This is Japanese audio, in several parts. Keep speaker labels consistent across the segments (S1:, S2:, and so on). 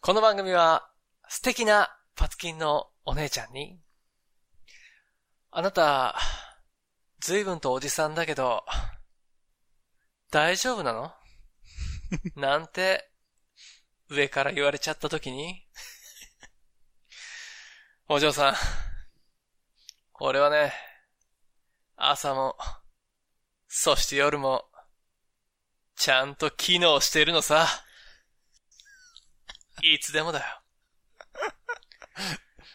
S1: この番組は素敵なパツキンのお姉ちゃんに、あなた、随分とおじさんだけど、大丈夫なのなんて、上から言われちゃった時に、お嬢さん、俺はね、朝も、そして夜も、ちゃんと機能してるのさ。いつでもだよ。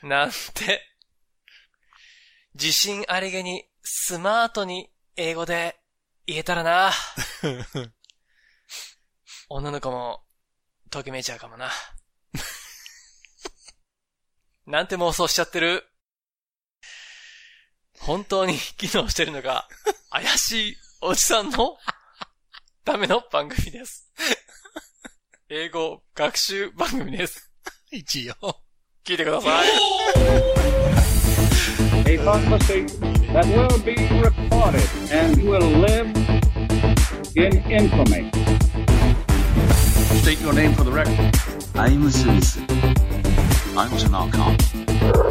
S1: なんて、自信ありげにスマートに英語で言えたらな。女の子も、ときめいちゃうかもな。なんて妄想しちゃってる本当に機能してるのが怪しいおじさんのための番組です。英語学習番組です。
S2: 一応。
S1: 聞いてくだ さい。
S3: a conversation that will be recorded and will live in infamy.
S4: State your name for the record.
S5: I'm Smith. I was an archon.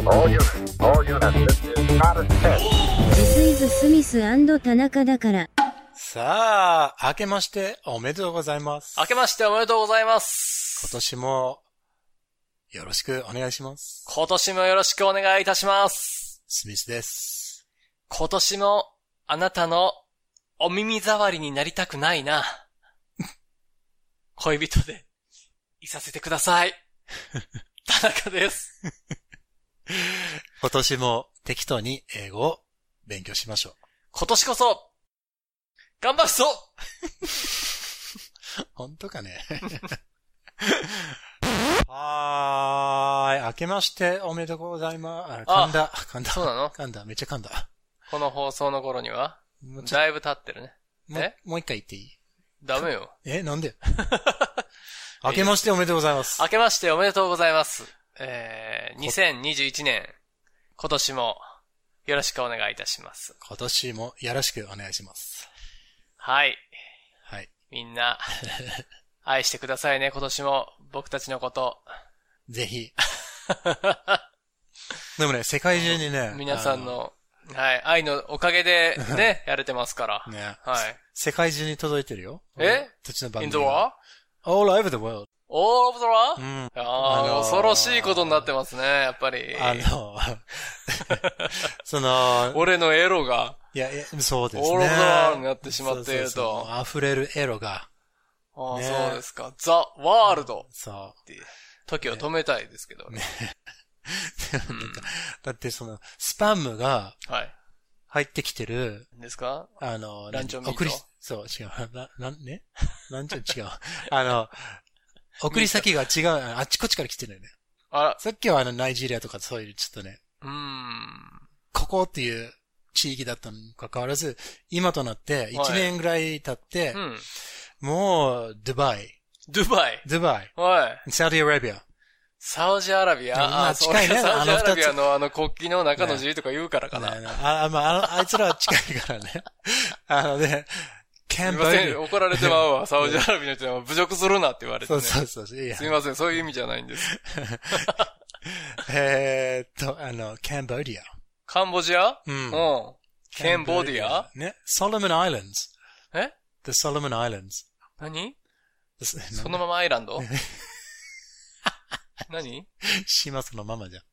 S6: All units, all units, this is not a test.
S7: ジスイズ・スミス田中だから。
S2: さあ、明けましておめでとうございます。
S1: 明けましておめでとうございま
S2: 今
S1: す。
S2: 年も、よろしくお願いします。
S1: 今年もよろしくお願いいたします。
S2: スミスです。
S1: 今年もあなたのお耳障りになりたくない な。恋人でいさせてくださ い。田中です。
S2: 今年も適当に英語を勉強しましょ
S1: 今年こそ、頑張るぞ
S2: う。本 当かねはーい。明けましておめでとうございます。あ噛んだ。噛んだ。
S1: そうなの
S2: 噛んだ。めっちゃ噛んだ。
S1: この放送の頃には、
S2: もうちょ
S1: だいぶ経ってるね。
S2: も
S1: え
S2: うもう一回言っていい
S1: ダメよ。
S2: え、なんで 明けましておめでとうございます。
S1: 明けましておめでとうございます。えー、2021年、今年もよろしくお願いいたします。
S2: 今年もよろしくお願いします。
S1: はい。
S2: はい。
S1: みん な、愛してくださいね、今年も。僕たちのこと。
S2: ぜひ。 でもね、世界中にね、
S1: 皆さんの、はい、愛のおかげで、 ね、やれてますから
S2: あ。の、ね、
S1: はい。
S2: 世界中に届いてるよ。
S1: え
S2: たちの番
S1: in
S2: 組
S1: the
S2: は。
S1: war?
S2: all over the world.
S1: all of the war?
S2: うん。
S1: あ
S2: あ
S1: ー
S2: のー
S1: 恐ろしいことになってますね、やっぱり。
S2: あの、 その、
S1: 俺のエロが、
S2: いや、いやそうですね。
S1: all of the world になってしまっていると
S2: そうそうそう溢れるエロが、
S1: あー
S2: ね
S1: そうですか。the world
S2: そ
S1: 時を止めたいですけど。
S2: う。 なんかだってその、スパムが
S1: はい。
S2: 入ってきてる、
S1: ですか
S2: あの、
S1: ランチョンミート
S2: 送り、そう、違う。な、なん、ねランチョン違う。あの、送り先が違う、あっちこっちから来てるよね。
S1: あら、
S2: さっきはあの、ナイジェリアとかそういう、ちょっとね、
S1: うーん。
S2: ここっていう地域だったのにかかわらず、今となって、1年ぐらい経って、
S1: うん。
S2: もう、ドバイ、
S1: ドバイ。
S2: ドバイ、
S1: おい。
S2: サウジアラビア。
S1: サウジアラビ
S2: うんま
S1: ア。
S2: あ
S1: あ、そう
S2: 近いね
S1: 俺サウジ
S2: あの
S1: アラビア
S2: 二つ
S1: のあの国旗の中の字とか言うからかな。
S2: ねああまあ、あのあいつらは近いからね。 あのね、キ
S1: す
S2: ャン
S1: い
S2: ボ
S1: ま
S2: ジ
S1: せん、怒られてまうわ。サウジアラビアの人は侮辱するなって言われて
S2: そ
S1: ね。
S2: う
S1: す
S2: そうそう。いや
S1: いません、そういう意味じゃないんです。
S2: えーっと、あの、キャンボディア。
S1: カンボジア
S2: う。
S1: うんん。ケンボディア
S2: ね。Solomon Islands.
S1: え
S2: The Solomon Islands.
S1: 何
S2: The-
S1: そのままアイランド何
S2: 島そのままじゃん。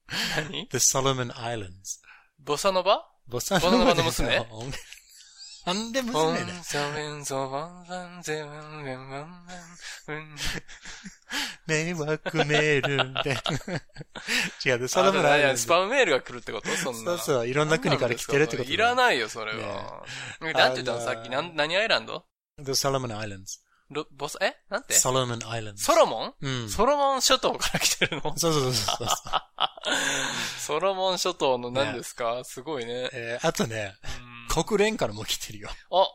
S1: 何
S2: The Solomon Islands.
S1: ボサノバ
S2: ボサ
S1: ノバの娘
S2: なんで
S1: ボン
S2: 娘だよ。
S1: ザメンゾバンザンゼバンベンバンベンうん
S2: 迷惑メール みたいな。違う、The
S1: あ
S2: Solomon
S1: でも何
S2: Islands.
S1: スパムメールが来るってことそん
S2: そ
S1: な。
S2: うそう、いろんな国から来てるってこと
S1: いらないよ、それは。なんて言ったのさっき。なん何アイランド
S2: The Solomon Islands.
S1: ロボス、えなんて
S2: Solomon Islands.
S1: ソロモン
S2: うん。そう
S1: ソロモン諸島から来てる の
S2: そうそうそう そう。
S1: ソロモン諸島の何ですかすごいね。
S2: えーあとね、
S1: うん
S2: 国連からも来てるよ。
S1: あ、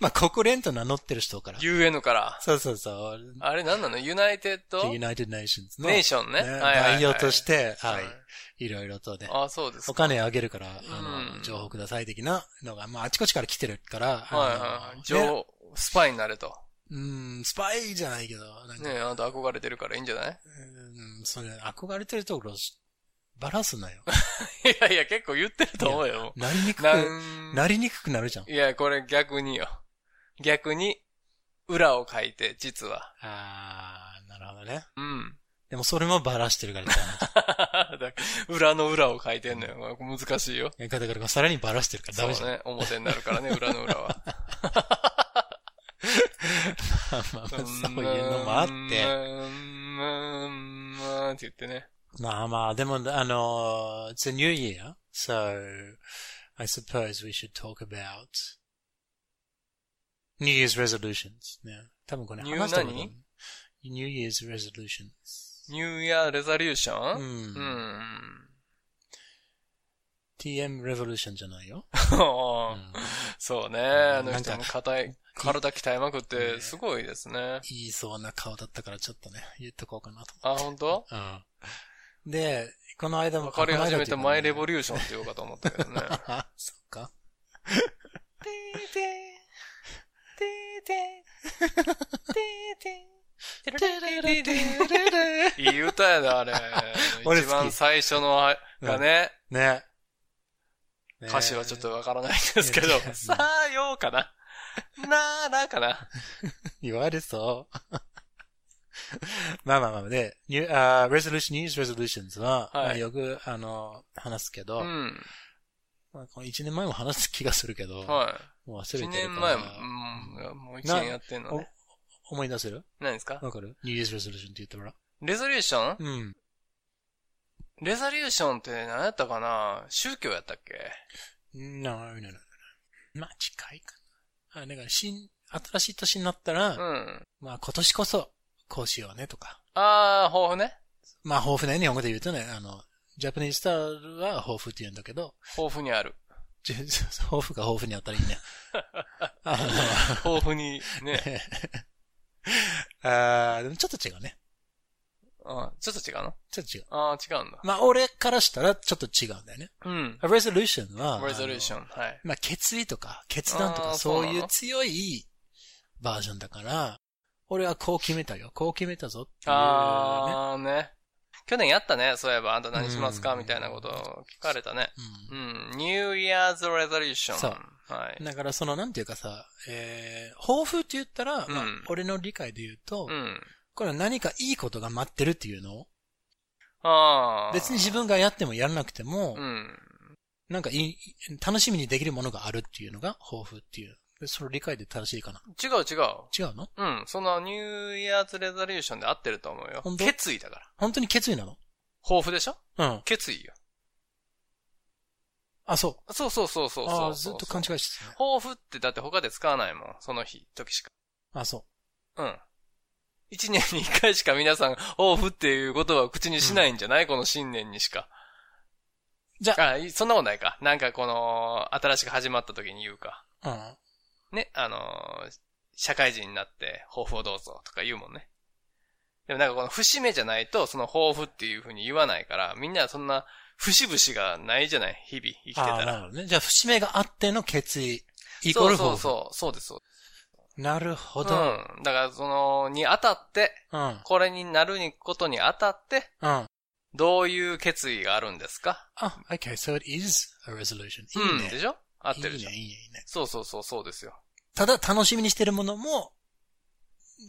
S2: まあ、国連と名乗ってる人から。
S1: UN から。
S2: そうそうそう。
S1: あれなんなのユナイテッド
S2: United Nations の
S1: ネーションね。はいはいはい
S2: 代表として、
S1: は
S2: はいい、いろいろとね、
S1: あ、そうです
S2: お
S1: か。
S2: 金あげるから、あ
S1: うん
S2: の、情報ください的なのが、まあ、あちこちから来てるから、
S1: はいはい
S2: あ
S1: は
S2: の
S1: い。情報、スパイになれと。
S2: うん、スパイじゃないけど、なんか、
S1: ねえ、あなた憧れてるからいいんじゃない
S2: うん、それ、憧れてるところ、バラすな よ。
S1: いやいや、結構言ってると思うよ。
S2: なりにく
S1: な
S2: く、
S1: ん、
S2: なりにくくなるじゃん。
S1: いや、これ逆によ。逆に、裏を書いて、実は。
S2: あー、なるほどね。
S1: うん。
S2: でもそれもバラしてるからじゃ ん。
S1: だ裏の裏を書いてんのよ。難しいよ。
S2: だからだからさらにバラしてるからダメじ
S1: そ
S2: ゃ。
S1: うんね。表になるからね、裏の裏は。
S2: まあまあそういうのもあって。
S1: って言ってね。
S2: まあまあ、でも、あの、it's uh, a new year, so I suppose we should talk about New Year's resolutions. ね。多分これ
S1: New
S2: 話したことある
S1: 何
S2: New Year's resolutions. Hmm.
S1: ニューイヤーレザリューション
S2: うん
S1: Hmm. うん。
S2: TM revolution じゃないよ。
S1: そうね。
S2: ん
S1: あの人
S2: なん
S1: も
S2: か
S1: 硬い、体鍛えまくって、すごいですね。
S2: 言いそうな顔だったからちょっとね、言っとこうかなと
S1: あ、本当？
S2: 思う。で、この間も、
S1: わかり
S2: この間
S1: 始め
S2: っいうか
S1: て
S2: ね
S1: マイレボリューションって言おうかと思ったけどね。
S2: あ、そっ か。
S1: いい歌やだ、あれ。
S2: 俺
S1: 一
S2: 好き
S1: 番最初のあ、
S2: うん
S1: がね、
S2: ね。ね
S1: 歌詞はちょっとわからないですけど
S2: ね、
S1: さあようかな。なあらかな。
S2: 言われそう。 まあまあまあ、で、ニュあー resolution, new year's resolutions は、
S1: はい
S2: まあよく、あの、話すけど、
S1: うん。
S2: まあこの1年前も話す気がするけど、
S1: は
S2: もう
S1: い。
S2: 忘れ
S1: 一
S2: てる
S1: 年
S2: か
S1: 前
S2: ら
S1: も、うん、もう一年やってんのね。
S2: お思い出せる
S1: 何ですか
S2: わかる ?new year's resolution って言ったから。
S1: レゾリューション
S2: うん。
S1: レザリューションって何やったかな宗教やったっけ
S2: No, no, no, no. まあ近いかな。あ、だから新、新しい年になったら、
S1: うん。
S2: まあ今年こそ、こうしようねとか。
S1: ああ、抱負ね。
S2: まあ豊富な日本語で言うとね、あの、ジャパニーズスタイルは豊富って言うんだけど、
S1: 抱負にある。
S2: じゅ豊富が豊富にあったらい いね。あの
S1: 抱負に、ね。
S2: あーでもちょっと違うね。
S1: あちょっと違うの
S2: ちょっと違う。
S1: ああ、違うんだ。
S2: まあ、俺からしたらちょっと違うんだよね。
S1: うん。
S2: A resolution は、
S1: レゾリューショ
S2: ン。
S1: ン。はい。
S2: まあ、決意とか、決断と
S1: あー
S2: か、そ
S1: そう
S2: うい
S1: な
S2: う
S1: の
S2: 強いバージョンだから、俺はこう決めたよ。こう決めたぞっていう、ね。
S1: ああ、ね。去年やったね。そういえば、あんた何しますか
S2: うん
S1: みたいなことを聞かれたね。
S2: う
S1: うん。ニューイヤーズレゾリューション。
S2: そう
S1: はい
S2: ん。。だから、その、なんていうかさ、えー、抱負って言ったら、まあ
S1: うん
S2: 俺の理解で言うと、
S1: うん。
S2: これは何かいいことが待ってるっていうのを、
S1: ああ。
S2: 別に自分がやってもやらなくても、
S1: うん。
S2: なんかいい、楽しみにできるものがあるっていうのが抱負っていう。でその理解で正しいかな。
S1: 違う違う。
S2: 違うの
S1: うん。そのニューイヤーズレゾリューションで合ってると思うよ
S2: ほん。と
S1: 決意だから。
S2: 本当に決意なの
S1: 抱負でしょ
S2: うん。
S1: 決意よ。
S2: あ、そう。
S1: そうそうそうそうそうそう。
S2: あーずっと勘違いしてたね。
S1: 抱負ってだって他で使わないもん。その日、時しか。
S2: あ、そう。
S1: うん。一年に一回しか皆さん、抱負っていう言葉を口にしないんじゃない、この新年にしか。
S2: じゃ
S1: あ、いそんなことないか。なんかこの、新しく始まった時に言うか。
S2: うん。
S1: ね、あのー社会人になって、抱負をどうぞとか言うもんね。でもなんかこの節目じゃないと、その抱負っていう風に言わないから、みんなそんな、節々がないじゃない日々、生きてた
S2: あーな
S1: ら。
S2: るほどね。じゃあ、節目があっての決意、イコール
S1: そ
S2: 抱
S1: う
S2: 負。
S1: そうそう、そうです、そうで
S2: なるほ
S1: す。う
S2: ど。
S1: ん。だからその、に当たって、
S2: うん。うん。
S1: これになるにことに当たって、
S2: あ、
S1: どういう決意があるんですか
S2: okay, so it is a resolution.
S1: うん
S2: いいね
S1: で。しょ合ってるで
S2: いい
S1: しょ
S2: ね、いいね、いいね。
S1: そうそうそう、そうですよ。
S2: ただ、楽しみにしてるものも、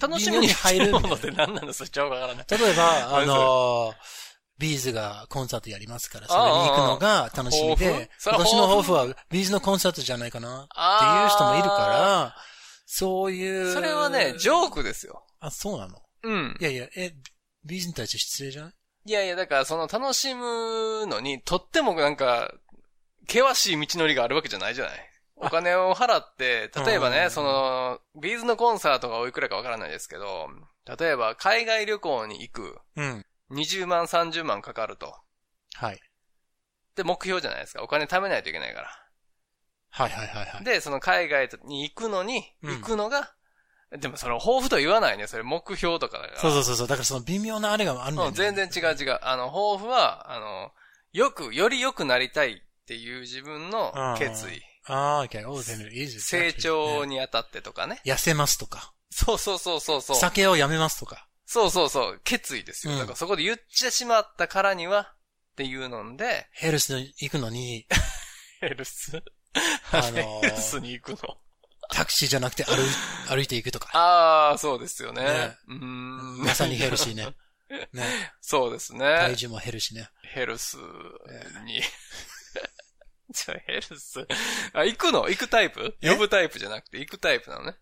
S1: 楽しみに入る
S2: 微
S1: も
S2: 妙に
S1: のっ
S2: 入
S1: て
S2: るみたいな
S1: 何なのそれ、ちょうがわからない。
S2: 例え ば、
S1: 何
S2: あ
S1: それ
S2: のー、ビーズがコンサートやりますから、それに行くのが楽し
S1: ああ
S2: み
S1: ああ抱負
S2: で、
S1: それは
S2: 今年の
S1: 抱
S2: 抱
S1: 負
S2: 負はビーズのコンサートじゃないかなって
S1: ああ
S2: いう人もいるから、そういう。
S1: それはね、ジョークですよ。
S2: あ、そうなの
S1: うん
S2: い。やいや、え、ビーズに対して失礼じゃない
S1: いやいや、だからその楽しむのに、とってもなんか、険しい道のりがあるわけじゃないじゃない。お金を払って、例えば
S2: う
S1: ね、
S2: ん
S1: その、ビーズのコンサートがおいくらかわからないですけど、例えば海外旅行に行く、
S2: うん。
S1: 20万、30万かかると。
S2: はい。
S1: で、目標じゃないですか。お金貯めないといけないから。
S2: はいはいはいはい。
S1: で、その海外に行くのに、
S2: うん
S1: 行くのが、でもその抱負とは言わないね。それ目標とかだから。
S2: そうそうそうそう。だからその微妙なあれがあるんだ
S1: う
S2: よ
S1: ん、
S2: ね。
S1: 全然違う違う。あの、抱負は、あの、よく、より良くなりたいっていう自分の決
S2: うん
S1: 意。
S2: ああ、OK. Oh, then it is.
S1: 成長にあたってとかね。
S2: 痩せますとか。
S1: そうそうそうそうそう。
S2: 酒をやめますとか。
S1: そうそうそう。決意ですよ。
S2: うん
S1: だからそこで言ってしまったからには、っていうので、
S2: ヘルスに行く のに、
S1: ヘルス
S2: あのー
S1: ヘルスに行くの。
S2: タクシーじゃなく て歩い歩いていくとか。
S1: ああ、そうですよね。
S2: ね
S1: うーん。
S2: まさにヘルシーね。ね。
S1: そうです
S2: 体
S1: ね。
S2: 重も減るしね。
S1: ヘルスに。 じゃあヘルス。あ、行くの行くタイプ
S2: え
S1: 呼ぶタイプじゃなくて、行くタイプなのね。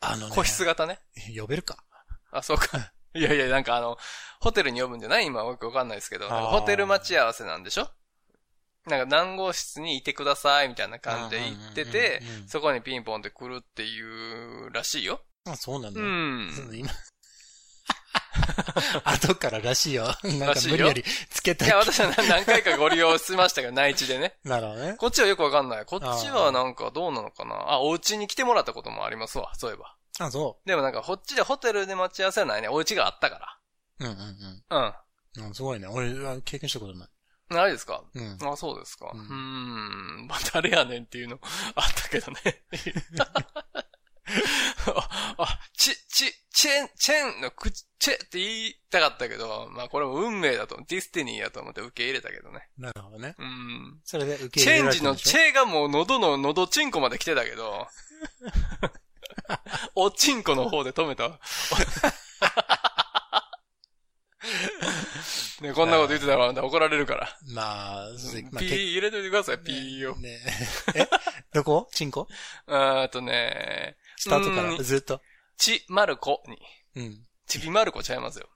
S2: あのね。
S1: 個室型ね。
S2: 呼べるか。
S1: あ、そうか。いやいや、なんかあの、ホテルに呼ぶんじゃない今、よくわかんないですけど。
S2: あー
S1: なんかホテル待ち合わせなんでしょなんか何号室にいてください、みたいな感じで行ってて
S2: うんうんうんうん、
S1: そこにピンポンって来るっていうらしいよ。
S2: あ、そうなん
S1: う
S2: だ。
S1: ん。
S2: うん今。 後かららしいよ。なん
S1: ら
S2: か
S1: しいよ
S2: 無理やりつけた
S1: い
S2: い
S1: や、。私は何何回かご利用しましたけど、内地でね。
S2: なる ほどね。
S1: こっちはよくわかんない。こっちはなんかどうなのかなあお家に来てもらったこともありますわ、そういえば。
S2: あ、そ
S1: でもなんか、こっちでホテルで待ち合わせはないね。お家があったか
S2: う。うんうん
S1: ら。
S2: うんうん。すごいね。俺は経験したことない。
S1: うん。ないですか
S2: うん。
S1: あ、そうですか。う
S2: う
S1: ー
S2: ん
S1: ん。まあ、誰やねんっていうの あったけどね。ああ、ち、ち、チェン、チェンの口、チェって言いたかったけど、まあこれも運命だと、ディスティニーやと思って受け入れたけどね。
S2: なるほどね。
S1: うん。
S2: それで受け
S1: チ
S2: 入れ
S1: ェン
S2: られ
S1: ジ
S2: た
S1: の
S2: んでしょ
S1: チェがもう喉の喉チンコまで来てたけど、おチンコの方で止めた。ね、こんなこと言ってたらまた怒られるから。
S2: まあ、そうまあ
S1: ピー
S2: け
S1: 入れといてください、ピーを。
S2: ねえどこチンコ
S1: あーとね、
S2: スタートか
S1: うん
S2: らずっと。
S1: ち、まるこに。
S2: うん。
S1: ちびまる子ちゃいますよ。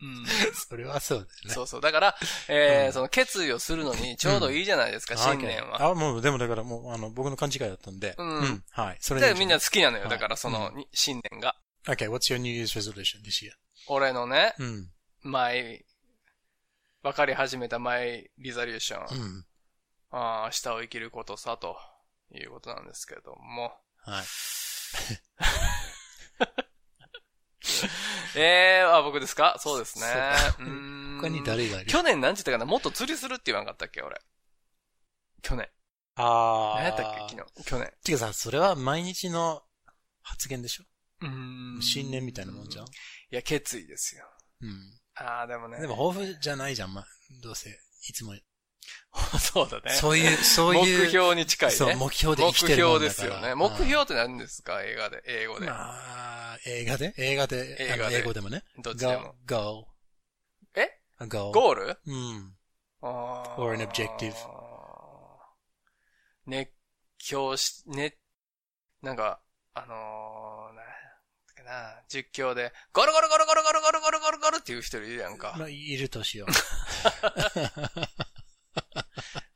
S1: うん、
S2: それはそうだよ
S1: そうそう。だから、えー
S2: うん
S1: その決意をするのにちょうどいいじゃないですか、
S2: ね。
S1: 新年は。
S2: あ。あ、もう、でもだからもう、あの、僕の勘違いだったんで。
S1: うん
S2: はい。それ
S1: で、みんな好
S2: つ
S1: きなのよ。
S2: はい
S1: だから、その、
S2: う
S1: に新年が。
S2: Okay, what's your New Year's resolution this year?
S1: 俺のね、
S2: うん。
S1: マイ、分かり始めたマイリザリューション。
S2: うん。
S1: ああ、明日を生きることさ、ということなんですけども。
S2: はい。
S1: ええー、あ、僕ですかそうですね
S2: そうか。
S1: うーん
S2: 他に誰がいる
S1: 去年なんち言ったかなもっと釣りするって言わなかったっけ俺。去年。
S2: あ
S1: 何やったっけ昨日。去年。
S2: てかさ、それは毎日の発言でしょ
S1: うーん
S2: 新年みたいなもんじゃん
S1: いや、決意ですよ。
S2: うん。
S1: ああ、でもね。
S2: でも、抱負じゃないじゃん、まあ、どうせ。いつも。
S1: そうだね。
S2: そう いう、そういう。
S1: 目標に近いね。
S2: そう、目標で
S1: 目
S2: 生きてるも
S1: 標
S2: ん
S1: で
S2: だか
S1: す
S2: ら
S1: よね。目標って何ですか映画で、英語
S2: うん
S1: で。
S2: まあ、映画で映画で、
S1: 映画で
S2: あの英語でもね。
S1: どっちでも。
S2: go,
S1: え
S2: go, go.
S1: ゴール
S2: うん。
S1: or
S2: Or an objective.
S1: 熱狂し、ね、なんか、あのー、なんだっけな、実況で、ゴロゴロゴロゴロゴロゴロゴロゴロゴロっていう人いるやんか
S2: ま。あ、いると しよ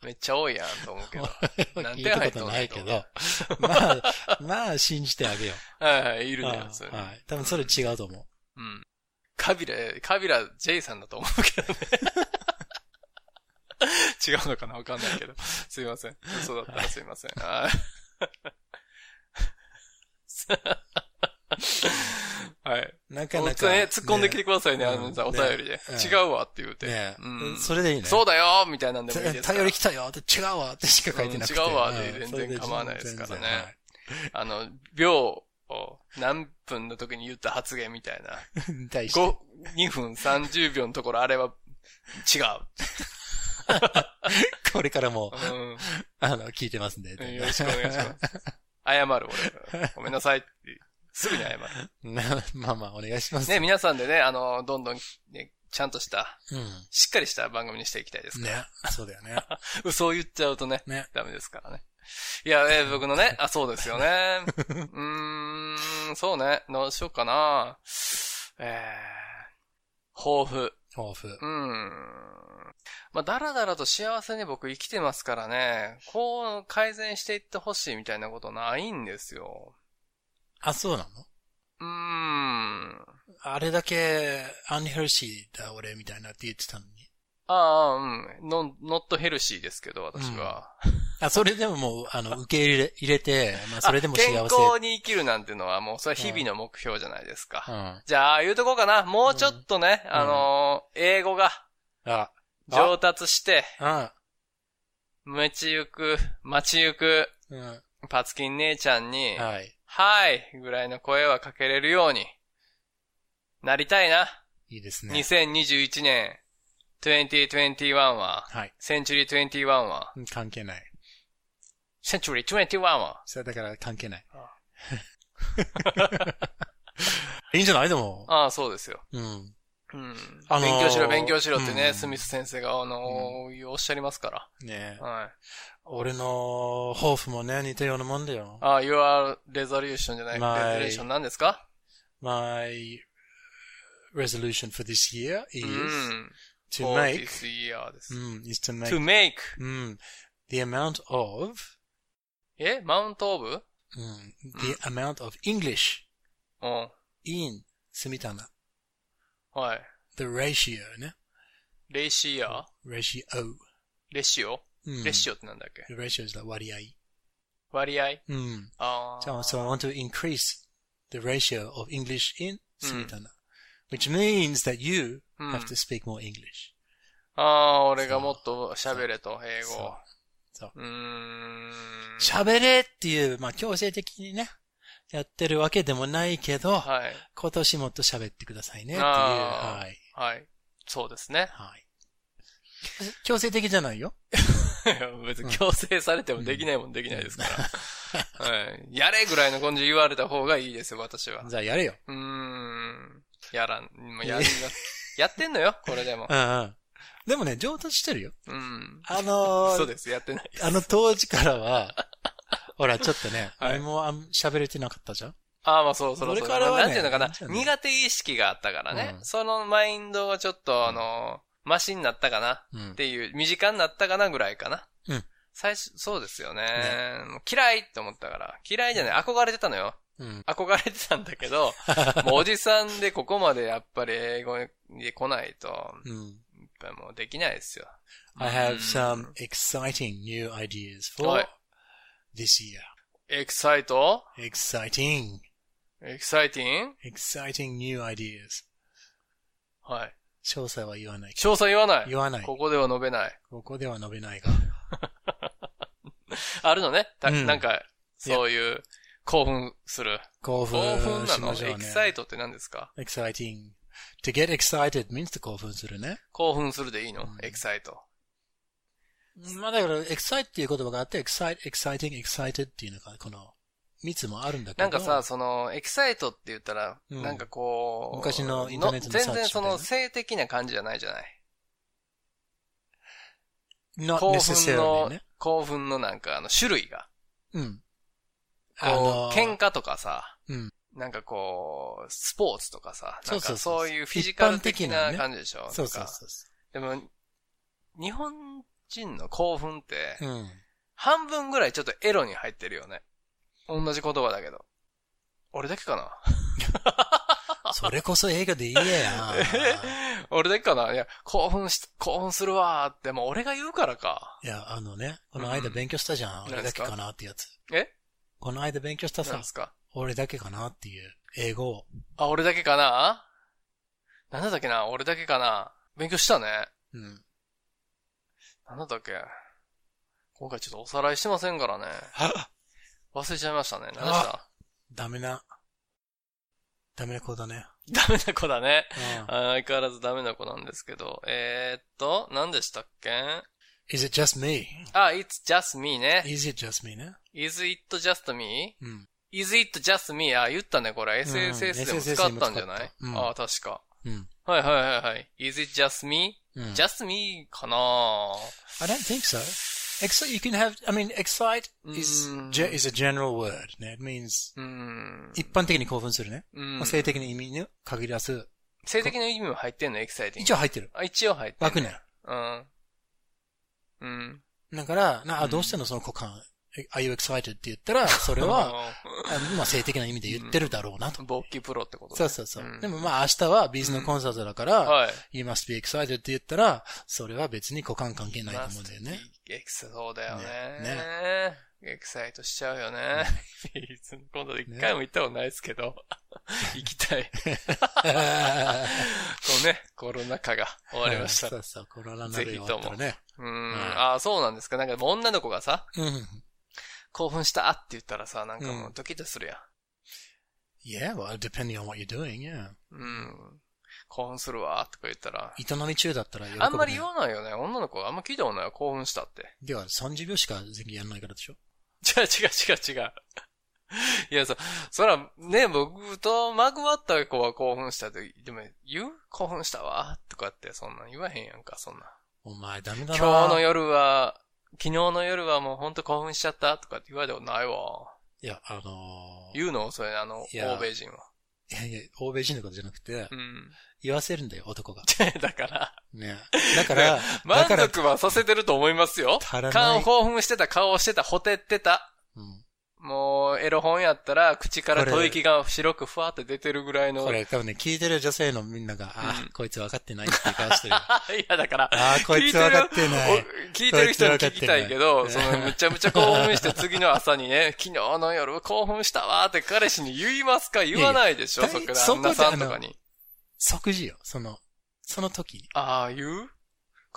S1: めっちゃ多いやんと思う けど。
S2: う。
S1: なんて
S2: 聞いたことない け
S1: 入っ
S2: ど。まあ、まあ、信じてあげよ。
S1: はいはい、いうるね、それ
S2: はいはい。多分それ違うと思
S1: うん。カビラ、カビラ J さんだと思うけ どね。違うのかなわかんないけど。すいません。そうだったらすいません。はいはい。
S2: う。なか
S1: もう
S2: な
S1: 突
S2: か。
S1: っ込んできてくださいね、
S2: ね
S1: あのさ、お
S2: ね
S1: 便りで。
S2: うん
S1: 違うわって言うて。
S2: ね
S1: うん
S2: それでいいね。
S1: そうだよみたいなんでもいいですから。
S2: 頼り来たよって違うわってしか書いてなくて。
S1: うん違うわで全然
S2: んそれ
S1: 構わないですからね
S2: 全然はい
S1: あの、秒を何分の時に言った発言みたいな。
S2: に対 して。
S1: 5、2分30秒のところあれは 違う。
S2: これからも、
S1: うん
S2: あの、聞いてますんで。
S1: よろしくお願いします。謝る、俺。ごめんなさいって。すぐに謝る。
S2: す。まあまあ、お願いします。
S1: ね、皆さんでね、あの、どんどん、ね、ちゃんとした、
S2: うん。
S1: しっかりした番組にしていきたいですから。
S2: ね。そうだよね。
S1: 嘘を言っちゃうとね、
S2: ね
S1: ダメですからね。いや、えー僕のね、あ、そうですよ ね。うーん、そうね。どうしようかな。えー、抱負。
S2: 抱負。
S1: うーん。まあ、だらだらと幸せに僕生きてますからね、こう改善していってほしいみたいなことないんですよ。
S2: あ、そうなの
S1: うーん。
S2: あれだけ、アンヘルシーだ、俺、みたいなって言ってたのに。
S1: ああ、うん。ノンノットヘルシーですけど、私は。
S2: あ、それでももう、あの、受け入れ、入れて、まあ、それでも幸せ。
S1: 健康に生きるなんてのはもう、それは日々の目標じゃないですか。
S2: うん。
S1: じゃあ、言うとこうかな。もうちょっとね、
S2: ん
S1: あのー英語が
S2: あ、
S1: 上達して、
S2: あ、
S1: 街行く、街行く、
S2: うん。
S1: パツキン姉ちゃんに、
S2: はい。
S1: はいぐらいの声はかけれるようになりたいな。
S2: いいですね。
S1: 2021年2021は、
S2: はい。
S1: センチュリー21は、
S2: うん関係ない。
S1: センチュリー21は、
S2: それだから関係ない。 いいんじゃないでも。
S1: ああ、そうですよ。
S2: うん。
S1: うん。
S2: あのー
S1: 勉強しろ、勉強しろってね、
S2: うん
S1: スミス先生が、あのーおっしゃりますか
S2: ねえ
S1: ら。はい。
S2: 俺の抱負もね、似たようなもんだよ。
S1: ああ、your resolution じゃない、
S2: My-
S1: レ resolution なんですか
S2: My resolution for this year
S1: う
S2: is
S1: ん。
S2: to
S1: for
S2: make,
S1: this year です。
S2: うん、is to make,
S1: to make,
S2: うん、the amount of,
S1: え ?Mount of?
S2: うん、the amount of English
S1: うん。
S2: in 住田な。
S1: はい。
S2: the ratio ね。
S1: レシア
S2: ratio.
S1: レシオ
S2: うん
S1: レシオってなんだっけ
S2: The ratio is like 割合。
S1: 割合
S2: うん。
S1: ああ。
S2: So, so I want to increase the ratio of English in Sumitana, which means that you
S1: うん
S2: have to speak more English.
S1: ああ、俺がもっと喋れと、英
S2: そう
S1: 語。
S2: そう
S1: うーん。
S2: 喋れっていう、まあ強制的にね、やってるわけでもないけど、
S1: はい。
S2: 今年もっと喋ってくださいねってい
S1: あ
S2: う、
S1: ー
S2: はい、。
S1: はい。そうですね
S2: はい。強制的じゃないよ。
S1: 別に強制されてもできないもんできないですから。はい。やれぐらいの感じ言われた方がいいですよ、私は。
S2: じゃあやれよ。
S1: うーん。やらん、もうやんなやってんのよ、これでも
S2: う。んうん。でもね、上達してるよ。
S1: うん。
S2: あの ー
S1: そうです、やってない。
S2: あの当時からは、 ほら、ちょっとね、
S1: はい
S2: 俺もあん喋れてなかったじゃん
S1: ああ、まあそうそうそう。
S2: これからはね
S1: なんていうのか
S2: いい
S1: なん
S2: じゃ。ない
S1: 苦手意識があったからね。
S2: うん
S1: そのマインドがちょっと、あの、マシになったかな
S2: うん
S1: っていう、身近になったかなぐらいかな。
S2: うん
S1: 最初、そうですよね。もう嫌いって思ったから。嫌いじゃない、憧れてたのよ。
S2: うん。
S1: 憧れてたんだけ ど、もうおじさんでここまでやっぱり英語で来ないと、
S2: うん。
S1: やっぱりもうできないですよ。
S2: I have some exciting new ideas
S1: は
S2: for
S1: い
S2: this year.
S1: エクサイト
S2: Exciting.
S1: エクサイティン
S2: Exciting new ideas.
S1: はい。
S2: 詳細は言わないけ
S1: 詳細言わない。
S2: ど。言わない。
S1: ここでは述べない。
S2: ここでは述べないが。
S1: あるのね。た
S2: うん
S1: なんか、そういう、興奮する。
S2: 興奮
S1: 興奮な
S2: し
S1: の、
S2: ましょ
S1: エ
S2: う
S1: キ
S2: ね。
S1: サイトって何ですか
S2: exciting. To get excited means to 興奮するね。
S1: 興奮するでいいの、
S2: うん
S1: エキサイト。
S2: まあだから、excite っていう言葉があって、excite, exciting, excited っていうのが、この、三つもあるんだけど。
S1: なんかさ、その、エキサイトって言ったら、
S2: うん
S1: なんかこう、
S2: 昔のインターネットのサーチ
S1: 全然そ
S2: みたい
S1: の
S2: な
S1: 性的な感じじゃないじゃない。
S2: not
S1: 興奮
S2: necessarily
S1: の
S2: ね。、
S1: 興奮のなんかあの種類が。
S2: うん。
S1: こう喧嘩とかさ、
S2: うん
S1: なんかこう、スポーツとかさ、
S2: そう
S1: な
S2: そ
S1: ん
S2: う
S1: か
S2: そ
S1: そ
S2: う
S1: ういうフィジカル的
S2: 一般的な
S1: な
S2: ね
S1: 感じでしょ、
S2: そうそう
S1: なんか
S2: そうそ
S1: でも、日本人の興奮って、
S2: う。うん。
S1: 半分ぐらいちょっとエロに入ってるよね。同じ言葉だけど。俺だけかな
S2: それこそ映画で言えや。
S1: 俺だけかないや、興奮し、興奮するわーって、もう俺が言うからか。
S2: いや、あのね、この間勉強したじゃん。
S1: うん
S2: 俺だけかなってやつ。
S1: え
S2: この間勉強した
S1: なん
S2: さ
S1: で、すか
S2: 俺だけかなっていう英語を。
S1: あ、俺だけかななんだったっけな俺だけかな勉強したね。
S2: うん。
S1: なんだったっけ今回ちょっとおさらいしてません からね。忘れちゃいましたね。何でした
S2: ダメな、ダメな子だね。
S1: ダメな子だね。
S2: うん
S1: あ相変わらずダメな子なんですけど。えー、っと、何でしたっけ
S2: Is it just me?
S1: あ、it's just me ね。
S2: Is it just me ね。
S1: is it just me?
S2: うん。
S1: is it just me? あ、言ったね、これ。SSS でも
S2: SSS
S1: 使ったんじゃない、
S2: でも使ったうん
S1: あ、確か。
S2: うん
S1: はいはいはいはい。is it just me?、
S2: うん
S1: just me かな
S2: I don't think so. Excite, you can have, I mean, excite is,
S1: Mm.
S2: ge- is a general word. ね。It means,
S1: うーん。
S2: 一般的に興奮するね。
S1: うん
S2: まあ性的な意味に限らず、
S1: 性的な意味も入ってんの、エキサイティング。
S2: 一応入ってる。
S1: あ一応入ってん
S2: 湧
S1: の
S2: くね。
S1: うん。うん。
S2: だから、なあ、どうしてんのその股間。え Are you excited? って言ったら、それ は、あまあ性的な意味で言ってるだろうなと。
S1: 勃起プロってことね
S2: そうそうそう。
S1: ん
S2: でもまあ明日はビーズのコンサートだから、
S1: はい。
S2: You must be excited って言ったら、それは別に股間関係ないと思うんだよね。
S1: Must be エクサそうだよねエクサイトしちゃうよね。今度一回も行ったことないですけど、行きたい。こうね、コロナ禍が終わりました。
S2: そううそう、コロナ鍋終わったらね。
S1: ーん。ああ、そうなんですか。なんかもう女の子がさ、
S2: うん。
S1: 興奮したって言ったらさ、なんかもううんドキッとするやん。
S2: Yeah, well, depending on what you're doing, yeah.
S1: うん。興奮するわ、とか言ったら。
S2: 営み中だったら喜ぶ、ね。
S1: あんまり言わないよね。女の子あんま聞いたことないよ。興奮したって。
S2: では30秒しか全然やらないからでしょ
S1: 違う違う違う違う。 いや、そ、そら、ね、僕とまぐわった子は興奮したって、でも、言う興奮したわ、とかって、そんなん言わへんやんか、そんなん。
S2: お前ダメだな。
S1: 今日の夜は、昨日の夜はもうほんと興奮しちゃったとかって言われたことないわ。
S2: いや、あのー
S1: 言うのそれ、あの、
S2: いや
S1: 欧米人は。
S2: いやいや、欧米人のことじゃなくて
S1: う、 ん。
S2: 言わせるんだよ、男が。
S1: だから、
S2: ね。だから、だ
S1: 満
S2: から、
S1: 足はさせてると思いますよ。
S2: 足らな
S1: 顔
S2: い。
S1: 興奮してた、顔してた、ほてってた。
S2: うん
S1: もう、エロ本やったら、口から
S2: これ
S1: 吐息が白くふわって出てるぐ らいの。
S2: これ多分ね、聞いてる女性のみんなが、あ
S1: うん
S2: ー、こいつ分かってないっていう顔 してるよ。あ
S1: あいや、だから、
S2: ー、こいつ分かってない。
S1: お聞いてる人に聞きたいけど、
S2: こいつ
S1: そ
S2: は分かってない
S1: の、むちゃむちゃ興奮して次の朝にね、 昨日の夜興奮したわーって彼氏に言いますか言わないでしょ
S2: いやい
S1: そこ
S2: や
S1: で
S2: そ
S1: 旦
S2: こで
S1: 那さんとかに。
S2: 即時よ、その、その時に。
S1: ああ、言う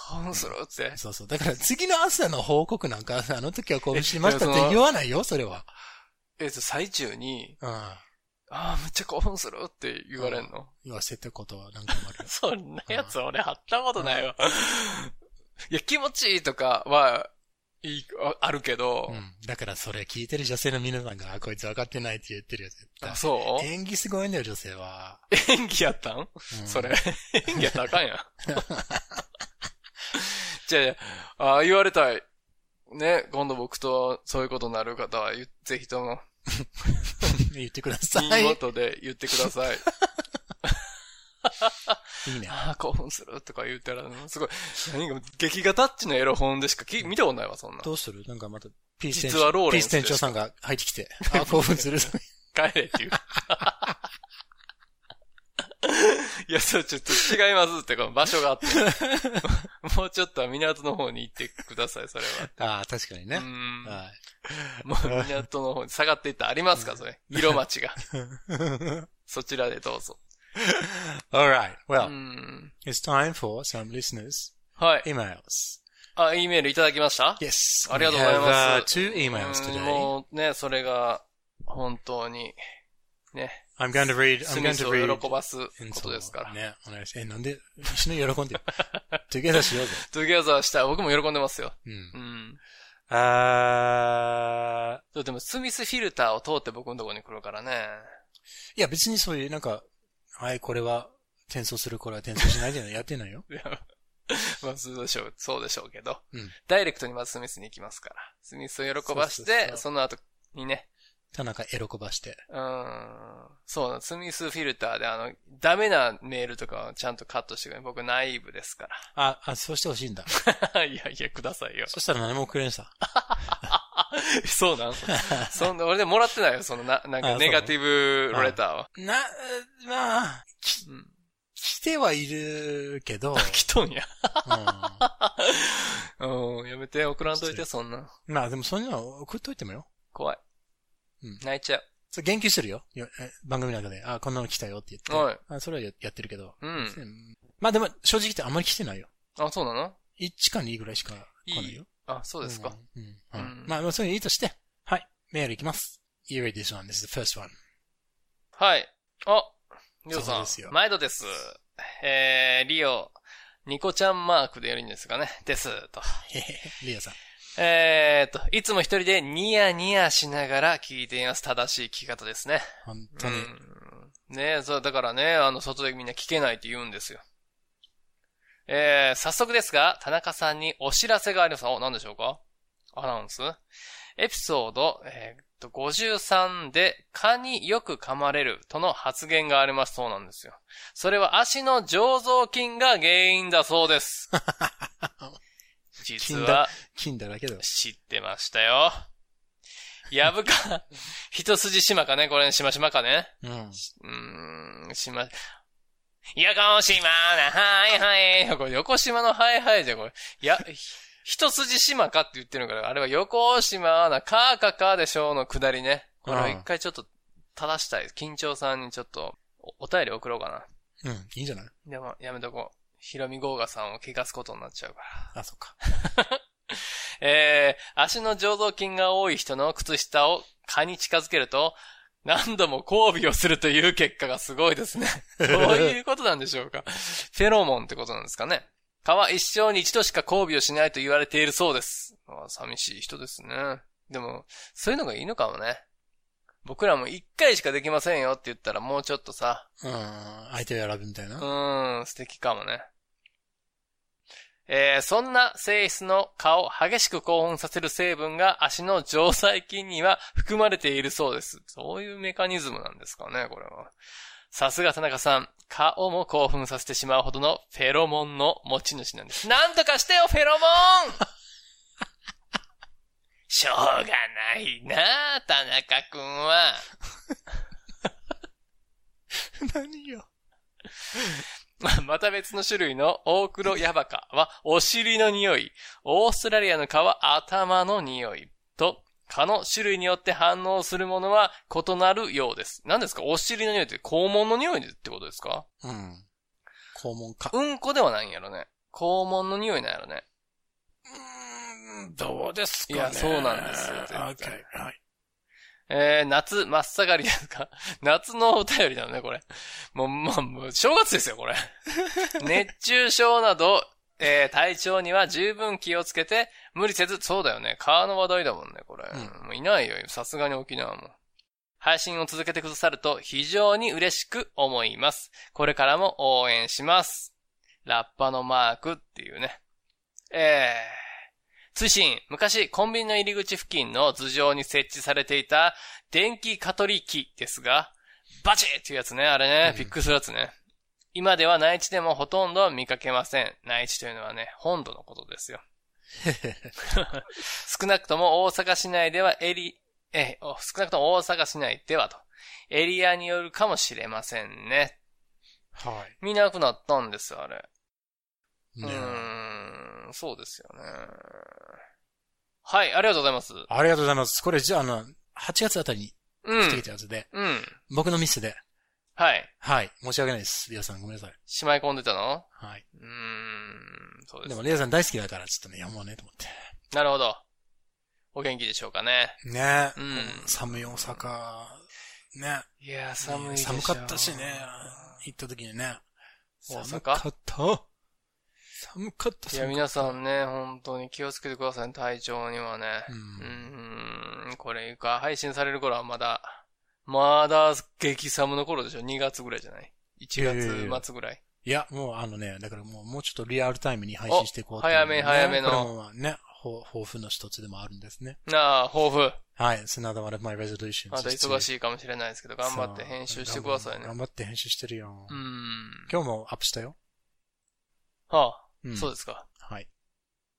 S1: 興奮するって。
S2: そうそう。だから次の朝の報告なんか、あの時はこうしましたって言わないよ、それは。
S1: えっと、最中に、
S2: うん。
S1: ああ、めっちゃ興奮するって言われんの。
S2: 言わせてことはなんかもあるよ。
S1: そんなやつ俺貼ったことないわ。いや、気持ちいいとかは、いい、ああるけど
S2: う、ん。だからそれ聞いてる女性の皆さんが、あーこいつ分かってないって言ってるよ、絶対
S1: あ、。そう
S2: 演技すごいんだよ、女性は。
S1: 演技やったん
S2: うん
S1: それ。、演技やったらあかんやん。じゃあじゃあ、あー言われたい。ね、今度僕とそういうことになる方は、ゆぜひとも、
S2: 言ってください。
S1: 耳
S2: い
S1: 元で言ってください。
S2: いね。
S1: ああ、興奮するとか言ったら、すごい、何か、劇画タッチのエロ本でしかき見たことないわ、そんな。
S2: どうするなんかまた、ピース店
S1: 実はロ
S2: 長、
S1: ーレ
S2: ピー
S1: ン
S2: ス
S1: スです
S2: 店長さんが入ってきて、あ、興 奮する。
S1: 帰れっていう。いや、そう、ちょっと違いますって、この場所があって。もうちょっとは港の方に行ってください、それは。
S2: ああ、確かにね
S1: う。ん。
S2: は
S1: もう港の方に下がっていったらありますか、それ。色町 が。
S2: い。
S1: そちらでどうぞ。
S2: Alright,
S1: う
S2: well,
S1: ん。
S2: it's time for some listeners'
S1: はい。
S2: emails.
S1: あ、E メールいただきました
S2: Yes.
S1: ありがとうございます
S2: We have, uh, two emails
S1: うん
S2: today.
S1: もうね、それが、本当に、ね、
S2: I'm going to read,
S1: ス
S2: I'm
S1: ミ
S2: going
S1: ス
S2: to
S1: を
S2: read.
S1: 喜ばす
S2: うん
S1: ことですから。
S2: ね、お願いしえ、なんで、一緒に喜んで よ。トゥゲダしようぜ。
S1: トゥギャザーしたい。僕も喜んでますよ。
S2: うん
S1: う。ん。
S2: あ
S1: そうでも、スミスフィルターを通って僕のところに来るから ね。
S2: ーいや、別にそういう、なんか、はい、これは、転送する、これは転送しないじゃない、やってないよ。
S1: いやまあ、そうでしょう、そうでしょうけど。
S2: うん
S1: ダイレクトにまずスミスに行きますから。スミスを喜ばして、
S2: そう
S1: そ
S2: そうそう
S1: の後にね、
S2: 田中エロこばして。
S1: うーん。そうな、スミスフィルターで、あの、ダメなメールとかはちゃんとカットしてくれ。僕、ナイーブですか
S2: あ、あ、そうしてほし いんだ。
S1: ら。 いやいや、くださいよ。
S2: そしたら何もくれんさ。
S1: そう なんそんな、俺でもらってないよ、そのな、なんか、
S2: あそう
S1: ネガティブレターは。
S2: な、えまあ、き
S1: うん。
S2: 来てはいるけ ど、
S1: 来とんや。
S2: うん
S1: うん、やめて、送らんといて、そんな。
S2: まあでもそういうのは送っといてもよ。
S1: 怖い。
S2: うん
S1: 泣いちゃう。
S2: そう、言及するよ。よえ番組の中で、あ、こんなの来たよって言って。
S1: はい
S2: あそれはややってるけど。
S1: うん。
S2: まあでも、正直言ってあんまり来てないよ。
S1: あ、そうなの
S2: 1か2ぐらいしか来ないよ。
S1: あ、そうですか。
S2: うん。うん
S1: うん
S2: まあ、まあそういうのいいとして。はい。メールいきます。You read this one. This is the first one.
S1: はい。あ、リオ
S2: そう
S1: さん
S2: ですよ。
S1: 毎度です。えー、リオ、ニコちゃんマークでやるんですかね。です、と。
S2: へへへリアさん。
S1: えーっと、いつも一人でニヤニヤしながら聞いています。正しい聞き方ですね。
S2: 本当に。
S1: うんねえ、そう、だからね、あの、外でみんな聞けないって言うんですよ。えー、早速ですが、田中さんにお知らせがあります。お、何でしょうかアナウンスエピソード、えーっと、53で、蚊によく噛まれるとの発言があります。そうなんですよ。それは足の上蔵筋が原因だそうです。実
S2: 筋
S1: は
S2: だ、金だらけだよ。
S1: 知ってましたよ。やぶか、一筋島かねこれ、島島かね
S2: う
S1: う
S2: ん。
S1: ーん、しま、横島な、はいはい。これ横島のはいはいじゃん、これ。いや、ひ一筋島かって言ってるから、あれは横島な、かーかかでしょうのくだりね。これを一回ちょっと正したい。緊張さんにちょっとおお便り送ろうか
S2: うん。いいんじゃない
S1: な。でも、やめとこう。ヒロミゴーガさんを汚すことになっちゃうから。
S2: あ、そっか。
S1: えー、足の上造筋が多い人の靴下を蚊に近づけると、何度も交尾をするという結果がすごいですね。どう いうことなんでしょうか。フェロモンってことなんですかね。蚊は一生に一度しか交尾をしないと言われているそうです。あ寂しい人ですね。でも、そういうのがいいのかもね。僕らも一回しかできませんよって言ったらもうちょっとさ、
S2: うん。相手を選ぶみたいな。
S1: うーん、素敵かもね。えー、そんな性質の蚊を激しく興奮させる成分が足の常細筋には含まれているそうです。そういうメカニズムなんですかね、これは。さすが田中さん、蚊をも興奮させてしまうほどのフェロモンの持ち主なんです。なんとかしてよ、フェロモン しょうがないなあ田中くんは。
S2: 何よ。
S1: また別の種類のオオクロヤバカはお尻の匂い、オーストラリアの蚊は頭の匂いと、蚊の種類によって反応するものは異なるようです。何ですかお尻の匂いって肛門の匂いってことですか
S2: うん。肛門か。
S1: うんこではないんやろね。肛門の匂いなんやろね。
S2: うん、どうです
S1: かねいやそうなんですよ絶対
S2: OK。はい。
S1: えー、夏真っ盛りですか 夏のお便りなのね、これ。もう、まあ、もう正月ですよ、これ。熱中症など、えー、体調には十分気をつけて、無理せず、そうだよね。川の話題だもんね、これ。
S2: う
S1: もういないよ、さすがに沖縄も。配信を続けてくださると非常に嬉しく思います。これからも応援します。ラッパのマークっていうね。えー、通信、昔コンビニの入り口付近の頭上に設置されていた電気蚊取り機ですが、バチッっていうやつね、あれね、
S2: うん
S1: ピックするやつね。今では内地でもほとんど見かけません。内地というのはね、本土のことです よ。少なくとも大阪市内ではエリ、え、お少なくとも大阪市内ではと。エリアによるかもしれませんね。
S2: は
S1: 見なくなったんですよ、あれ。
S2: い。
S1: う
S2: ねえ
S1: ーん、そうですよね。はい、ありがとうございます。
S2: ありがとうございます。これ、じゃあ、あの、8月あたりに
S1: うん
S2: 来てきたやつで、
S1: うん。
S2: 僕のミスで、
S1: はい。
S2: はい。申し訳ないです。リアさん、ごめんなさい。
S1: しまい込んでたの
S2: はい。
S1: うーん、そうで。
S2: ですも、リアさん大好きだから、ちょっとね、やもうね、と思って。
S1: なるほど。お元気でしょうかね。
S2: ねえ。
S1: うん
S2: 寒い大阪、ね
S1: いや、
S2: 寒寒かったしね。行った時にね。
S1: 大阪
S2: 寒かった。寒かった。
S1: いや、
S2: 寒か
S1: 皆さんね、本当に気をつけてくださいね、体調にはね。
S2: う
S1: うんーん、これか、配信される頃はまだ、まだ激寒の頃でしょ ?2 月ぐらいじゃない ?1 月末ぐらい。
S2: いや、もうあのね、だからもう、もうちょっとリアルタイムに配信していこう
S1: お
S2: という
S1: 早め
S2: ね
S1: 早めの
S2: これもまあね、ほ抱負の一つでもあるんですね。
S1: なあ、抱負。
S2: はい。It's another one of my resolutions.
S1: また忙し
S2: い。
S1: いかもしれないですけど、頑張って編集してくださいね。
S2: 頑張って編集してるよ。
S1: うーん。
S2: 今日もアップしたよ。
S1: はあ、
S2: うん
S1: そうですか。
S2: はい。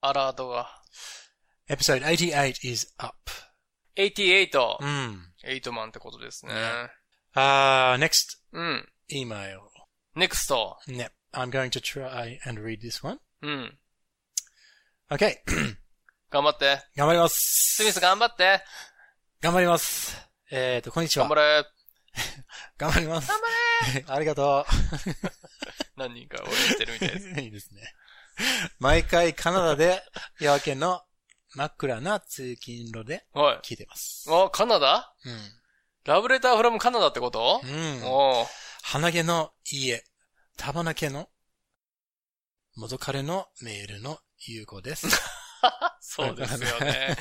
S1: アラートが。
S2: Episode 88 is up.
S1: 88、
S2: うん。
S1: 8マンってことですね。
S2: ねあー、next
S1: うん。
S2: email.
S1: NEXT。
S2: ね。I'm going to try and read this one.
S1: うん。
S2: Okay.
S1: 頑張って。
S2: 頑張りま
S1: スミ
S2: す。
S1: ス頑張って。
S2: 頑張ります。えっ、ー、と、こんにちは。
S1: 頑張れ。
S2: 頑張ります。頑張れ ありがと
S1: 何人か応援してるみたいです。
S2: う。い いですね。毎回カナダで夜明けの真っ暗な通勤路で
S1: はい。
S2: 聞いてます。
S1: お、カナダ
S2: う
S1: ラブレターフラムカナダってこと
S2: ん。うん。
S1: おう
S2: 鼻毛の家、束な毛の元彼のメールの有効です。
S1: そうですよね。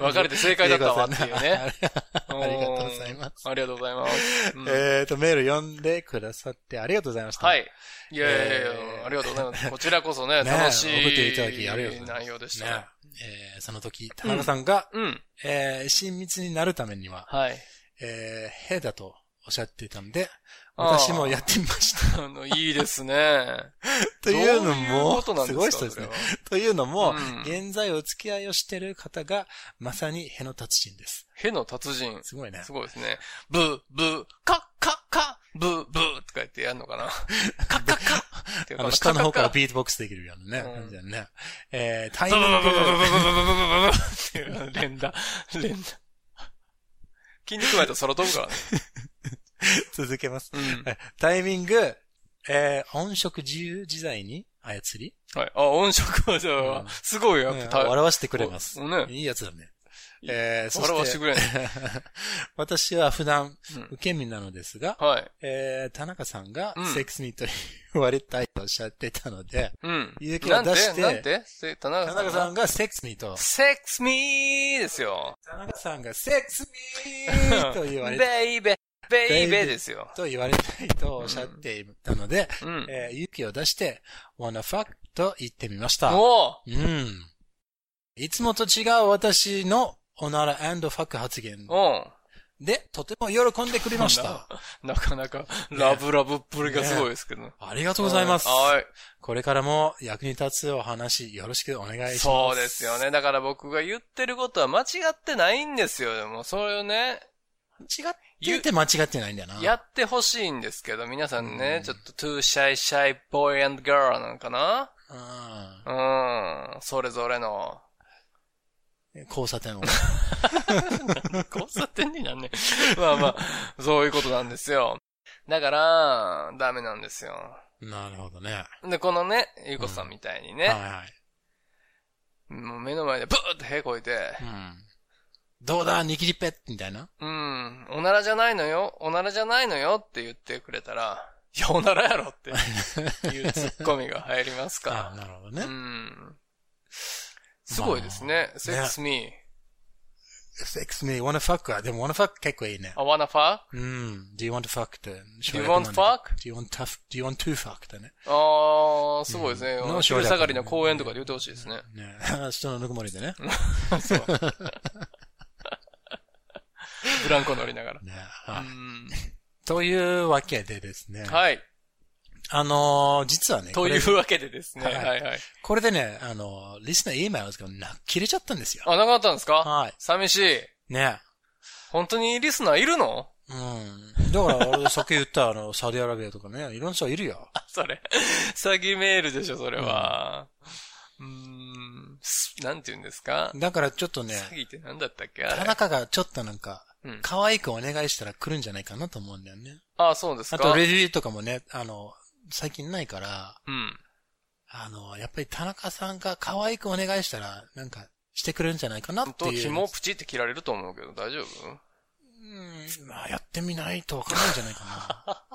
S1: 別れて正解だったわっていうね。。
S2: ありがとうございます。
S1: おうありがとうござい ます。うん
S2: えっと、メール読んでくださってありがとうございました。
S1: はい。いやいやいや、
S2: えー
S1: ありがとうございます。こちらこそね、
S2: ね
S1: 楽しい。
S2: 送っていただきありがとうございます。
S1: 内容でしたね。
S2: ね。えーその時、田中さんが、
S1: うん。
S2: えー親密になるためには、
S1: はい。
S2: えー、へだとおっしゃっていたんで、
S1: あー
S2: 私もやってみまし た。
S1: あの、いいですね。
S2: というの
S1: どういう
S2: も、
S1: ことなん
S2: す
S1: です
S2: ごい
S1: か
S2: 人ですね
S1: それ。は
S2: というのも、
S1: うん
S2: 現在お付き合いをしている方が、まさにへの達人です。
S1: への達人。
S2: すごいね
S1: す。ごいですね。ブー、ブー、カッカッカ、ブー、ブーとか言ってやるのかな。カッカッカっていう
S2: あの、下の方から
S1: ビ
S2: ビートボックスできるようなね、
S1: うん
S2: 感じだよね。えー、タイ
S1: ブー
S2: ミ
S1: ブ
S2: ン
S1: ーブーブーブーブー
S2: グ、
S1: ブーブーブーブーブーブーっていう連打、連打。筋肉ないと空飛ぶからね。
S2: 続けます。
S1: うん。
S2: タイミング、えー、音色自由自在に操り、
S1: はい。あ、音色はじゃ
S2: う
S1: あ
S2: ん、
S1: すごいよ。や
S2: ね
S1: っぱ
S2: 笑わせてくれます。
S1: ね。
S2: いいやつだね。えー、そ
S1: 笑わして
S2: して、
S1: くれ。
S2: 私は普段
S1: うん、
S2: 受け身なのですが、
S1: はい。
S2: えー、田中さんが
S1: うん
S2: セックスに取り言われたいとおっしゃってたので、
S1: うん。
S2: 勇気
S1: な
S2: を
S1: んて
S2: 出して
S1: なんてせ田中
S2: 田
S1: さん
S2: 中
S1: が。
S2: さんがセックスミ ーと、
S1: セックスミーですよ。
S2: 田中さんがセックスミーと言われた
S1: ベイ
S2: い、
S1: ベー、ベイベ
S2: ベイベ
S1: ー
S2: ー
S1: ですよ。
S2: と言われたいとおっしゃっていたので、
S1: うん。
S2: えー勇気を出して、wanna fuck と言ってみました。
S1: おお
S2: うん。いつもと違う私のおなら and fuck 発言
S1: う
S2: で、とても喜んでくれました。
S1: ん。なかなか、ラブラブっぷりがすごいですけど。ありが
S2: ありがとうございます。
S1: は
S2: これからも役に立つお話よろしくお願いしま
S1: い。
S2: す。
S1: そうですよ。ね。だから僕が言ってることは間違ってないんですよ。でも、それをね、
S2: 違って言って間違ってないんだよな。
S1: やってほしいんですけど、皆さんね
S2: う、ん
S1: ちょっと too shy shy boy and girl なんかな
S2: う
S1: うん。それぞれの。
S2: ん。交差点を。
S1: 交差点になんね。 まあまあ、そういうことなんですよ。だから、ダメなんですよ。
S2: なるほどね。
S1: で、このね、ゆうこさんみたいに
S2: はい
S1: ね、
S2: はい。
S1: もう目の前でブーってへこいて、
S2: うん。どうだ、握りペッみたいな。
S1: うん、おならじゃないのよ、おならじゃないのよって言ってくれたら、いや、おならやろって いうツッコミが入りますか
S2: あなるほど
S1: ら。う
S2: ね。
S1: ん。すごいですね。Sex me.
S2: sex me, wanna fuck は、でも wanna fuck 結構いいね。
S1: I wanna fuck?
S2: うん。do you want to fuck って。
S1: Do you want fuck?
S2: do you want tough, do you want to fuck ってね。
S1: あー、すごいですね
S2: うん。
S1: 昼下がりの公園とかで言ってほしいですね。
S2: ね 人のぬくもりでね。
S1: そう。ブランコ乗りながら。
S2: ね
S1: う
S2: はい
S1: ん
S2: というわけでですね。
S1: はい。
S2: あのー、実はね、
S1: と
S2: こ
S1: い
S2: れ
S1: うわけでですね。は
S2: はいい
S1: はい。
S2: これでね、あのー、リスナー E メールがな切れちゃったんですよ。
S1: あ、なかったんですか
S2: はい。
S1: 寂しい。
S2: ね。
S1: 本当にリスナーいるの
S2: うん。だから、俺、さっき言った、あの、サウジアラビアとかね、いろんな人いるよ。
S1: それ。詐欺メールでしょ、それは。うーん。すなんて言うんですか
S2: だから、ちょっとね、
S1: 詐欺って何だったっけあ
S2: 田
S1: れ。
S2: 中がちょっとなんか、
S1: うん
S2: 可愛くお願いしたら来るんじゃないかなと思うんだよね。
S1: あ、そうです
S2: あ
S1: か
S2: と、レビューとかもね、あの、最近ないから、
S1: うん。
S2: あの、やっぱり田中さんが可愛くお願いしたら、なんか、してくれるんじゃないかな
S1: 本
S2: って
S1: 当
S2: いう。
S1: 紐をプチって切られると思うけど、大丈夫
S2: うん、まあ、やってみないとわからないんじゃないかな。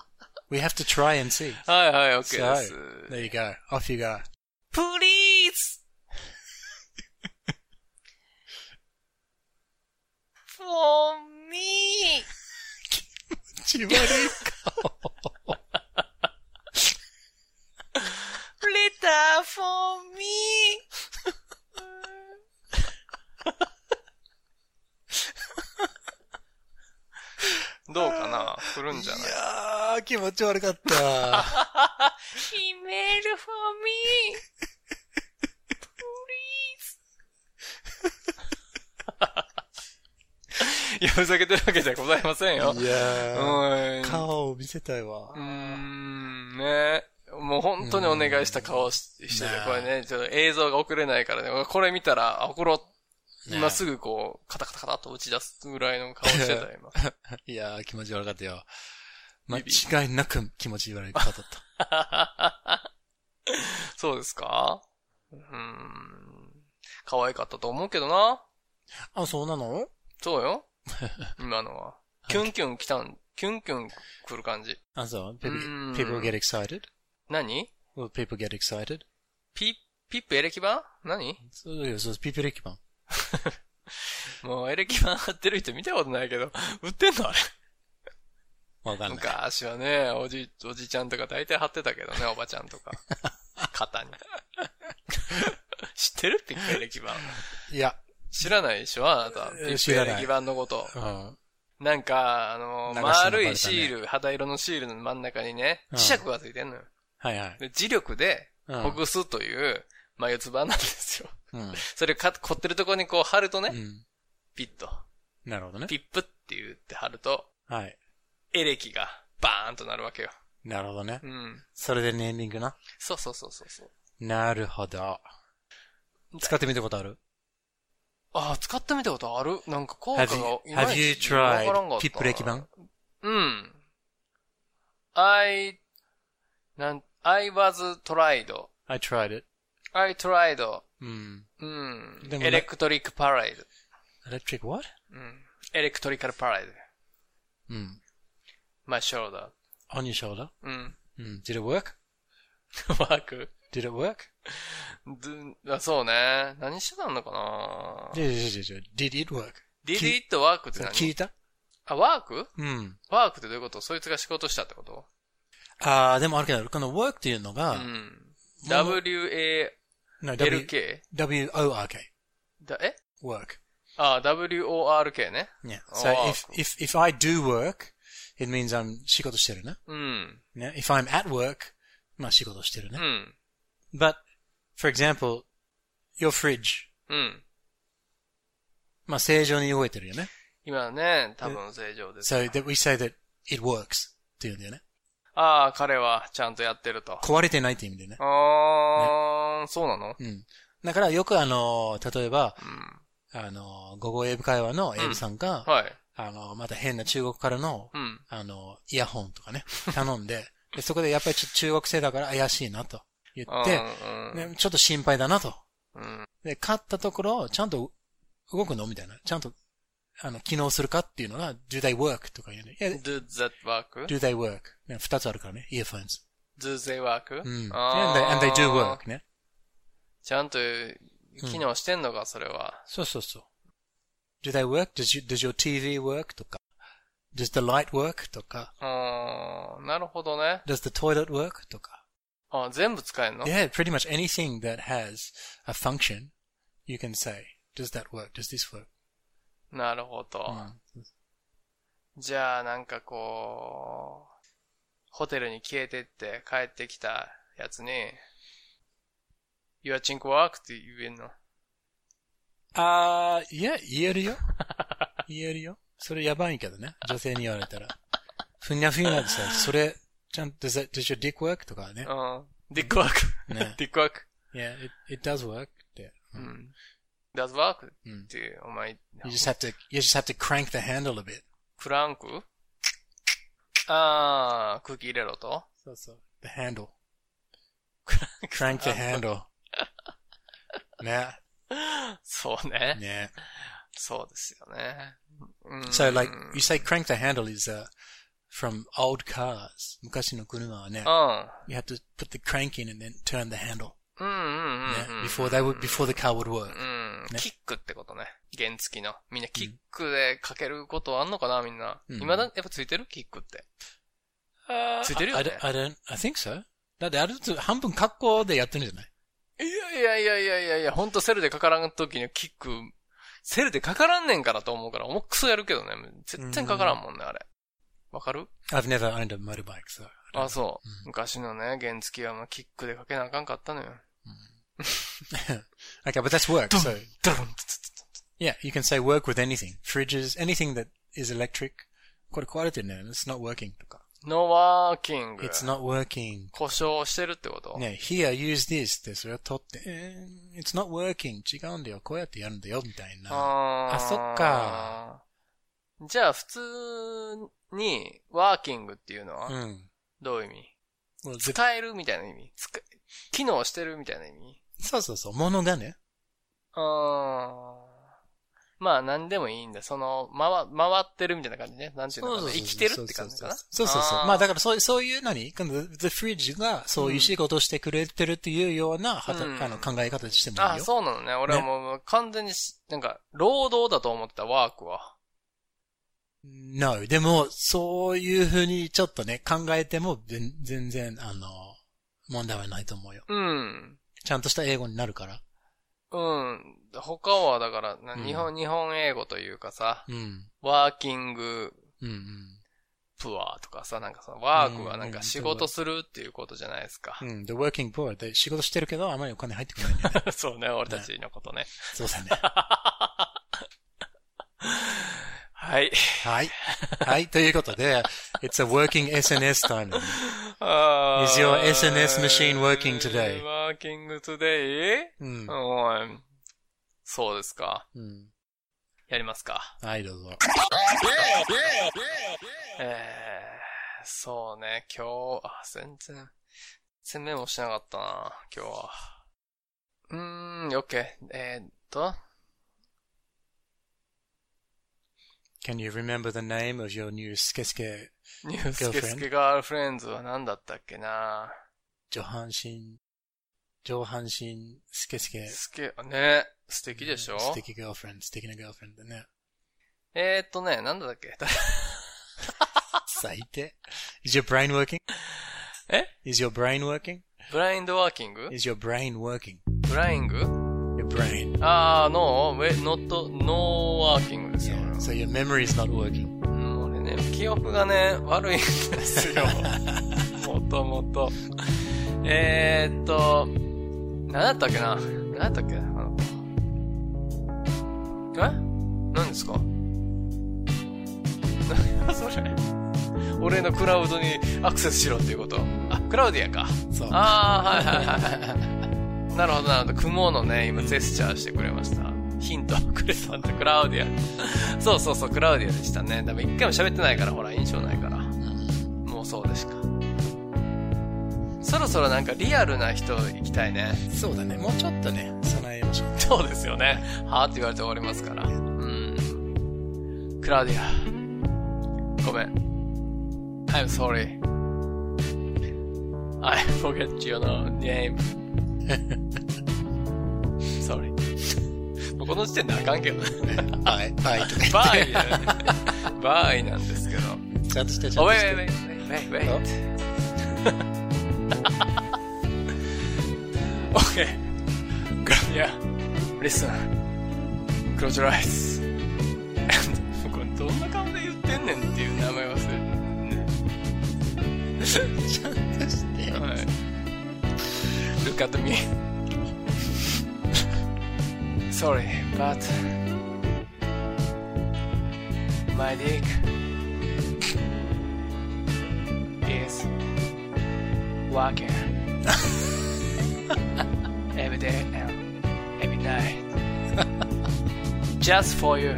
S2: We have to try and see.
S1: はいはい、OK です
S2: So,。There you go. Off you go.
S1: Please! For me!
S2: 気持ち悪い顔。
S1: Letter for me! どうかな来るんじゃない
S2: いやー、気持ち悪 かった。
S1: ?Email for me! Please! いや、ふざけてるわけじゃございませんよ。
S2: いやー、
S1: うん
S2: 顔を見せたいわ
S1: うー。ん、ね。もう本当にお願いした顔ししてて
S2: ね、
S1: これね、ちょっと映像が送れないからね、これ見たら、あ、これ、今すぐこう、カタカタカタっと打ち出すぐらいの顔してたよ、今。
S2: いやー、気持ち悪かったよ。間違いなく気持ち悪い方だった。
S1: そうですかうーん。可愛かったと思うけどな。
S2: あ、そうなの
S1: そう よ。今のは。キュンキュン来たん、キュンキュン来る感じ。
S2: あ、そう。People,
S1: うん
S2: people get excited?
S1: 何
S2: Will people get excited?
S1: ピッ、ピップエレキ版何
S2: そうよ、そう、people 力版。
S1: もうエレキ版貼ってる人見たことないけど、 売ってんのあれ。
S2: わかんない。
S1: 昔はね、おじ、おじちゃんとか大体貼ってたけどね、おばちゃん とか。肩 に。知ってるピックエレキ版。
S2: いや、
S1: 知らないでしょあなた。ピ
S2: え
S1: ッ
S2: 知
S1: クエ
S2: らない
S1: レキ版のこと。
S2: うん。
S1: なんか、あの、
S2: 流してんの
S1: 丸
S2: バレた
S1: い
S2: ね
S1: シール、肌色のシールの真ん中にね、
S2: うん
S1: 磁石がついてんのよ。
S2: はいはい。
S1: で磁力で、
S2: うん
S1: ほぐすという、まあ、四つ葉なんですよ。
S2: うん。
S1: それをか、凝ってるところにこう貼ると
S2: う
S1: ね、
S2: ん。
S1: ピッと、
S2: なるほどね。
S1: ピップって言って貼ると、
S2: はい。
S1: エレキが、バーンとなるわけよ。
S2: なるほどね
S1: う。ん。
S2: それでネーミングな。
S1: そうそうそうそうそう。
S2: なるほど。使ってみたことある
S1: ああ、使ってみたことあるなんか効果
S2: ?Have
S1: が
S2: you,
S1: いま
S2: have
S1: い
S2: you
S1: ちわ
S2: tried
S1: からんかった。
S2: ピップ歴版
S1: うん。I, なん、I was tried.
S2: ?I tried it.
S1: I tried.
S2: うん。
S1: うん。
S2: でもな
S1: エレクトリックパレード。
S2: electric what?
S1: うん。エレクトリカルパライド。
S2: Mm.
S1: My shoulder.
S2: On your shoulder.
S1: うん。
S2: Mm. Did it work?
S1: ワーク。
S2: Did it work?
S1: どあそうね。何してたのかな
S2: Did, did, did, did, did it work?
S1: ?Did it work って
S2: 聞
S1: Oh. 何
S2: いた
S1: あ、ワーク
S2: うん。
S1: ワークってどういうことそいつが仕事したってこと
S2: ああ、でもあるけど、この work っていうの
S1: う
S2: が、
S1: ん。
S2: もの
S1: w-a-l-k?
S2: no, W- W-O-R-K.
S1: だえ
S2: Work.
S1: あ、w-o-r-k ね。
S2: Yeah. So
S1: Work.
S2: if, if, if I do work, it means I'm 仕事してるね。
S1: うん。
S2: ね If I'm at work, まあ仕事してる
S1: う
S2: ね。
S1: ん。
S2: But, for example, your fridge.
S1: うん。
S2: まあ正常に動いてるよね。
S1: 今ね、多分正常です。
S2: So that we say that it works っていうんだよね。
S1: ああ、彼はちゃんとやってると。
S2: 壊れてないって意味だよね。
S1: あー、そうなの
S2: うん。だからよくあの、例えば、
S1: うん。
S2: あの、午後英語会話のエビさんが、
S1: はい。
S2: あの、また変な中国からの、
S1: うん。
S2: あの、イヤホン とかね、頼んで、でそこでやっぱりちょっと中国製だから怪しいなと言って、
S1: うん
S2: ね、ちょっと心配だなと。
S1: うん。
S2: で、買ったところ、ちゃんと動くのみたいな。ちゃんと、あの、機能するかっていうのが、do they work? とか言うね。いや、
S1: do that work?
S2: do they work? ね、二つあるからね、earphones。
S1: do they work?
S2: うん。and
S1: あー
S2: they, and they do work ね。
S1: ちゃんと機能してんのか、それは。
S2: そうそうそう。do they work? Does, you, does your TV work? とか。does the light work? とか。
S1: あー、なるほどね。
S2: does the toilet work? とか。
S1: あ全部使えんの
S2: Yeah, pretty much anything that has a function, you can say, does that work? Does this work? Hmm.
S1: なるほど。
S2: うん
S1: じゃあ、なんかこう、ホテルに消えてって帰ってきたやつに、Your chink work って言えんの。
S2: あー、いや、言えるよ。言えるよ。それやばいけどね。女性に言われたら。ふにゃふにゃでさ、それ、ちゃんと、does, that, does your dick work? とかね。
S1: Oh. うん。ディックワーク。
S2: ね
S1: ディックワーク。
S2: Yeah, it, it does work. って。
S1: うん。does work
S2: う
S1: っ
S2: ん
S1: ていう、お前、
S2: You just have to, you just have to crank the handle a bit.
S1: クランクあー、空気入れろと
S2: そうそう。The handle. crank the handle. ね。
S1: そうね。
S2: ね。
S1: そうですよね。うん。
S2: So like you say crank the handle is uh, from old cars. 昔の車はね
S1: う、ん。
S2: you have to put the crank in and then turn the handle
S1: うんうんうん
S2: ね、
S1: うん。
S2: before they would before the car would work.
S1: うん、
S2: ね
S1: キックってことね。原付きの。みんなキックでかけることあんのかなみんな。
S2: うん
S1: 今だ、やっぱついてるキックって。ついてるよ
S2: I,
S1: ね
S2: don't- I don't I think so. だってあると半分格好でやってるんじゃない
S1: いやいやいやいやいやいや、ほんとセルでかからん時にキック、セルでかからんねんからと思うから、重くそやるけどね。絶対かからんもんね、あれ。わかる
S2: ?I've never owned a motorbike, so. I don't
S1: あ、そう、
S2: うん
S1: 昔のね、原付きはもうキックでかけなあかんかったのよ。
S2: know. okay, but that's work. So
S1: ドロンツツツ
S2: yeah, you can say work with anything. Fridges, anything that is electric. これ壊れてるね。It's not working とか。
S1: No working.
S2: It's not working.
S1: 故障してるってこと、
S2: ね、here, use this ってそれを取って、えー it's not working. 違うんだよ。こうやってやるんだよ。みたいな。
S1: あー
S2: あそっか。
S1: じゃあ、普通に、ワーキングっていうの
S2: う
S1: は、
S2: ん。
S1: どういう意味、
S2: もうぜ
S1: 使えるみたいな意味使機能してるみたいな意味
S2: そうそうそう。ものがね。
S1: あーまあ、何でもいいんだ。その、回、回ってるみたいな感じね。なんていうのかな生きてるって感じかな
S2: そうそうそう。
S1: あー
S2: まあだからそういう、そういう何この The Fridge がそういう仕事をしてくれてるっていうような、はた
S1: うん
S2: あの考え方してもいいよ。
S1: あ、そうなのね。俺はもう、完全にし、なんか、労働だと思ってた、ワークは。
S2: No. でも、そういうふうにちょっとね、考えても全全然、あの、問題はないと思うよ。
S1: うん。
S2: ちゃんとした英語になるから。
S1: うん。他は、だから、な
S2: うん
S1: 日本、日本英語というかさ、
S2: うん。
S1: ワーキング、
S2: うんうん。
S1: プアとかさ、なんかそのワーク
S2: う
S1: は
S2: ん
S1: なんか仕事するっていうことじゃないですか
S2: う。ん。The working poor で仕事してるけど、あまりお金入ってこないんだよ ね。
S1: そうね、俺たちのことね。
S2: そうだね。
S1: はい。
S2: はい。はい。ということで、It's a working SNS time.
S1: Is
S2: Is your SNS machine working today?
S1: working today?
S2: うん。
S1: うんそうですか。
S2: うん。
S1: やりますか。
S2: はい、どうぞ。
S1: えー、そうね、今日、あ、全然、全然メモしなかったな、今日は。うーん、OK。えーっと、
S2: Can you remember the name of your new スケスケ
S1: ニュースケスケガールフレンズは何だったっけな
S2: 上半身、上半身スケスケ。
S1: スケ、ね、素敵でしょ
S2: 素敵 girlfriend、素敵な girlfriend だね。
S1: えーっとね、なんだっけ
S2: 最低。Is your brain working?
S1: え
S2: Is your brain working?
S1: ブラインドワーキング
S2: Is your brain working?
S1: ブライング
S2: Your brain.
S1: あー、ノー、ウェ、ノット、ノーワーキングですよ。
S2: Yeah. So your memory is not working.
S1: うん、俺ね、記憶がね、悪いんですよ。もともと。えーっと、何だったっけな何だったっけあの子え何ですか 何それ俺のクラウドにアクセスしろっていうことあ、クラウディアか。
S2: そう。
S1: ああ、はいはいはいはい。 なるほどなるほど。雲のね、今ジェスチャーしてくれました。ヒントをくれたんだ、クラウディア。 そうそうそう、クラウディアでしたね。でも一回も喋ってないから、ほら、印象ないから。もうそうですか。そろそろなんかリアルな人行きたいね。
S2: そうだね。もうちょっとね、備えましょう。
S1: そうですよね。はあって言われて終わりますから。うん。クラウディア。ごめん。I'm sorry. I forget your name. sorry. もうこの時点であかんけどね。
S2: はい。はい。
S1: バーイだよね。バーイなんですけど。
S2: ちゃんとして、ちゃん
S1: Oh,
S2: と
S1: wait,
S2: して。
S1: wait, wait, wait, wait, wait. okay. Gravia, listen. Close your eyes. And, これどんな顔で言ってんねんっていう名前忘れてるね。
S2: ちゃんとして。
S1: はい。Look at me. Sorry, but my dick is working every day and every night just for you.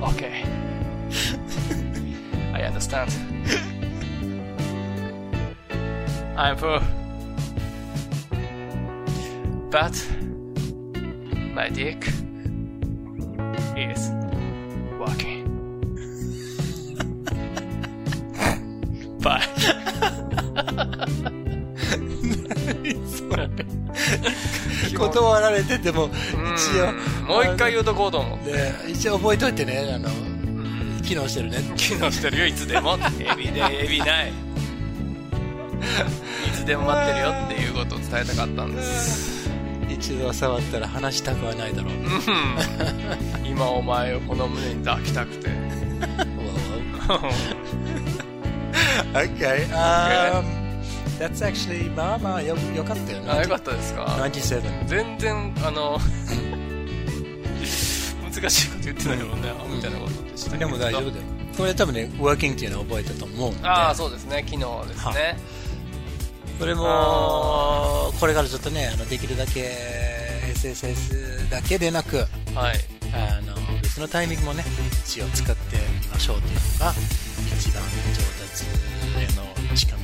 S1: Okay. I understand. I'm poor. But my dick is working. Bye.
S2: 断られてても、一応。
S1: うんもう一回言うとこうと思う。
S2: で、一応覚えといてね、あの、機能してるね。
S1: 機能してるよ、いつでも。エビでエビない。いつでも待ってるよっていうことを伝えたかったんです。
S2: 一度は触ったら話したくはないだろう。わ
S1: うん今お前をこの胸に抱きた くて。
S2: わ okay, um, that's actually, まあまあよ、よかったよね。
S1: あ、よかったですか
S2: 97。
S1: 全然、あの、 難しいこと言ってないもんね、アホみたいなことでしたけ
S2: で
S1: ど
S2: も大丈夫だよ。これ多分ね、ワーキングっていうのを覚えたと思うんで。
S1: ああ、そうですね、昨日ですね。
S2: これも
S1: あ、
S2: これからちょっとね、あのできるだけ SSS だけでなく、
S1: はい。
S2: あの別のタイミングもね一応使ってみましょうというのが一番上達への近道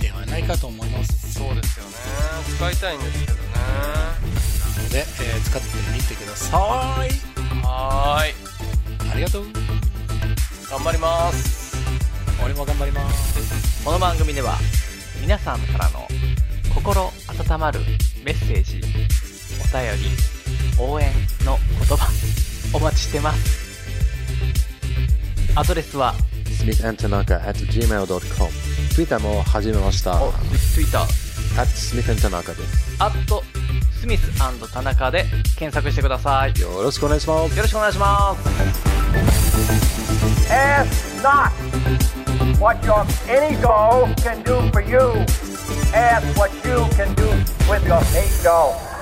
S2: ではないかと思います
S1: そうですよね。使いたいんですけどね。
S2: なので、えー使ってみてください
S1: はーい。
S2: ありがとう
S1: 頑張ります。
S2: 俺も頑張ります
S4: この番組では皆さんからの心温まるメッセージお便り応援の言葉お待ちしてますアドレスは
S8: smithandtanaka at gmail.com ツイッターも始めました
S4: お Twitter
S8: at smithandtanaka で
S4: アットスミス田中で検索してください
S8: す
S4: よ
S8: よろしくお願いします
S4: ろしくお願いします
S6: Ask not what your any doll can do for you. Ask what you can do with your eight doll.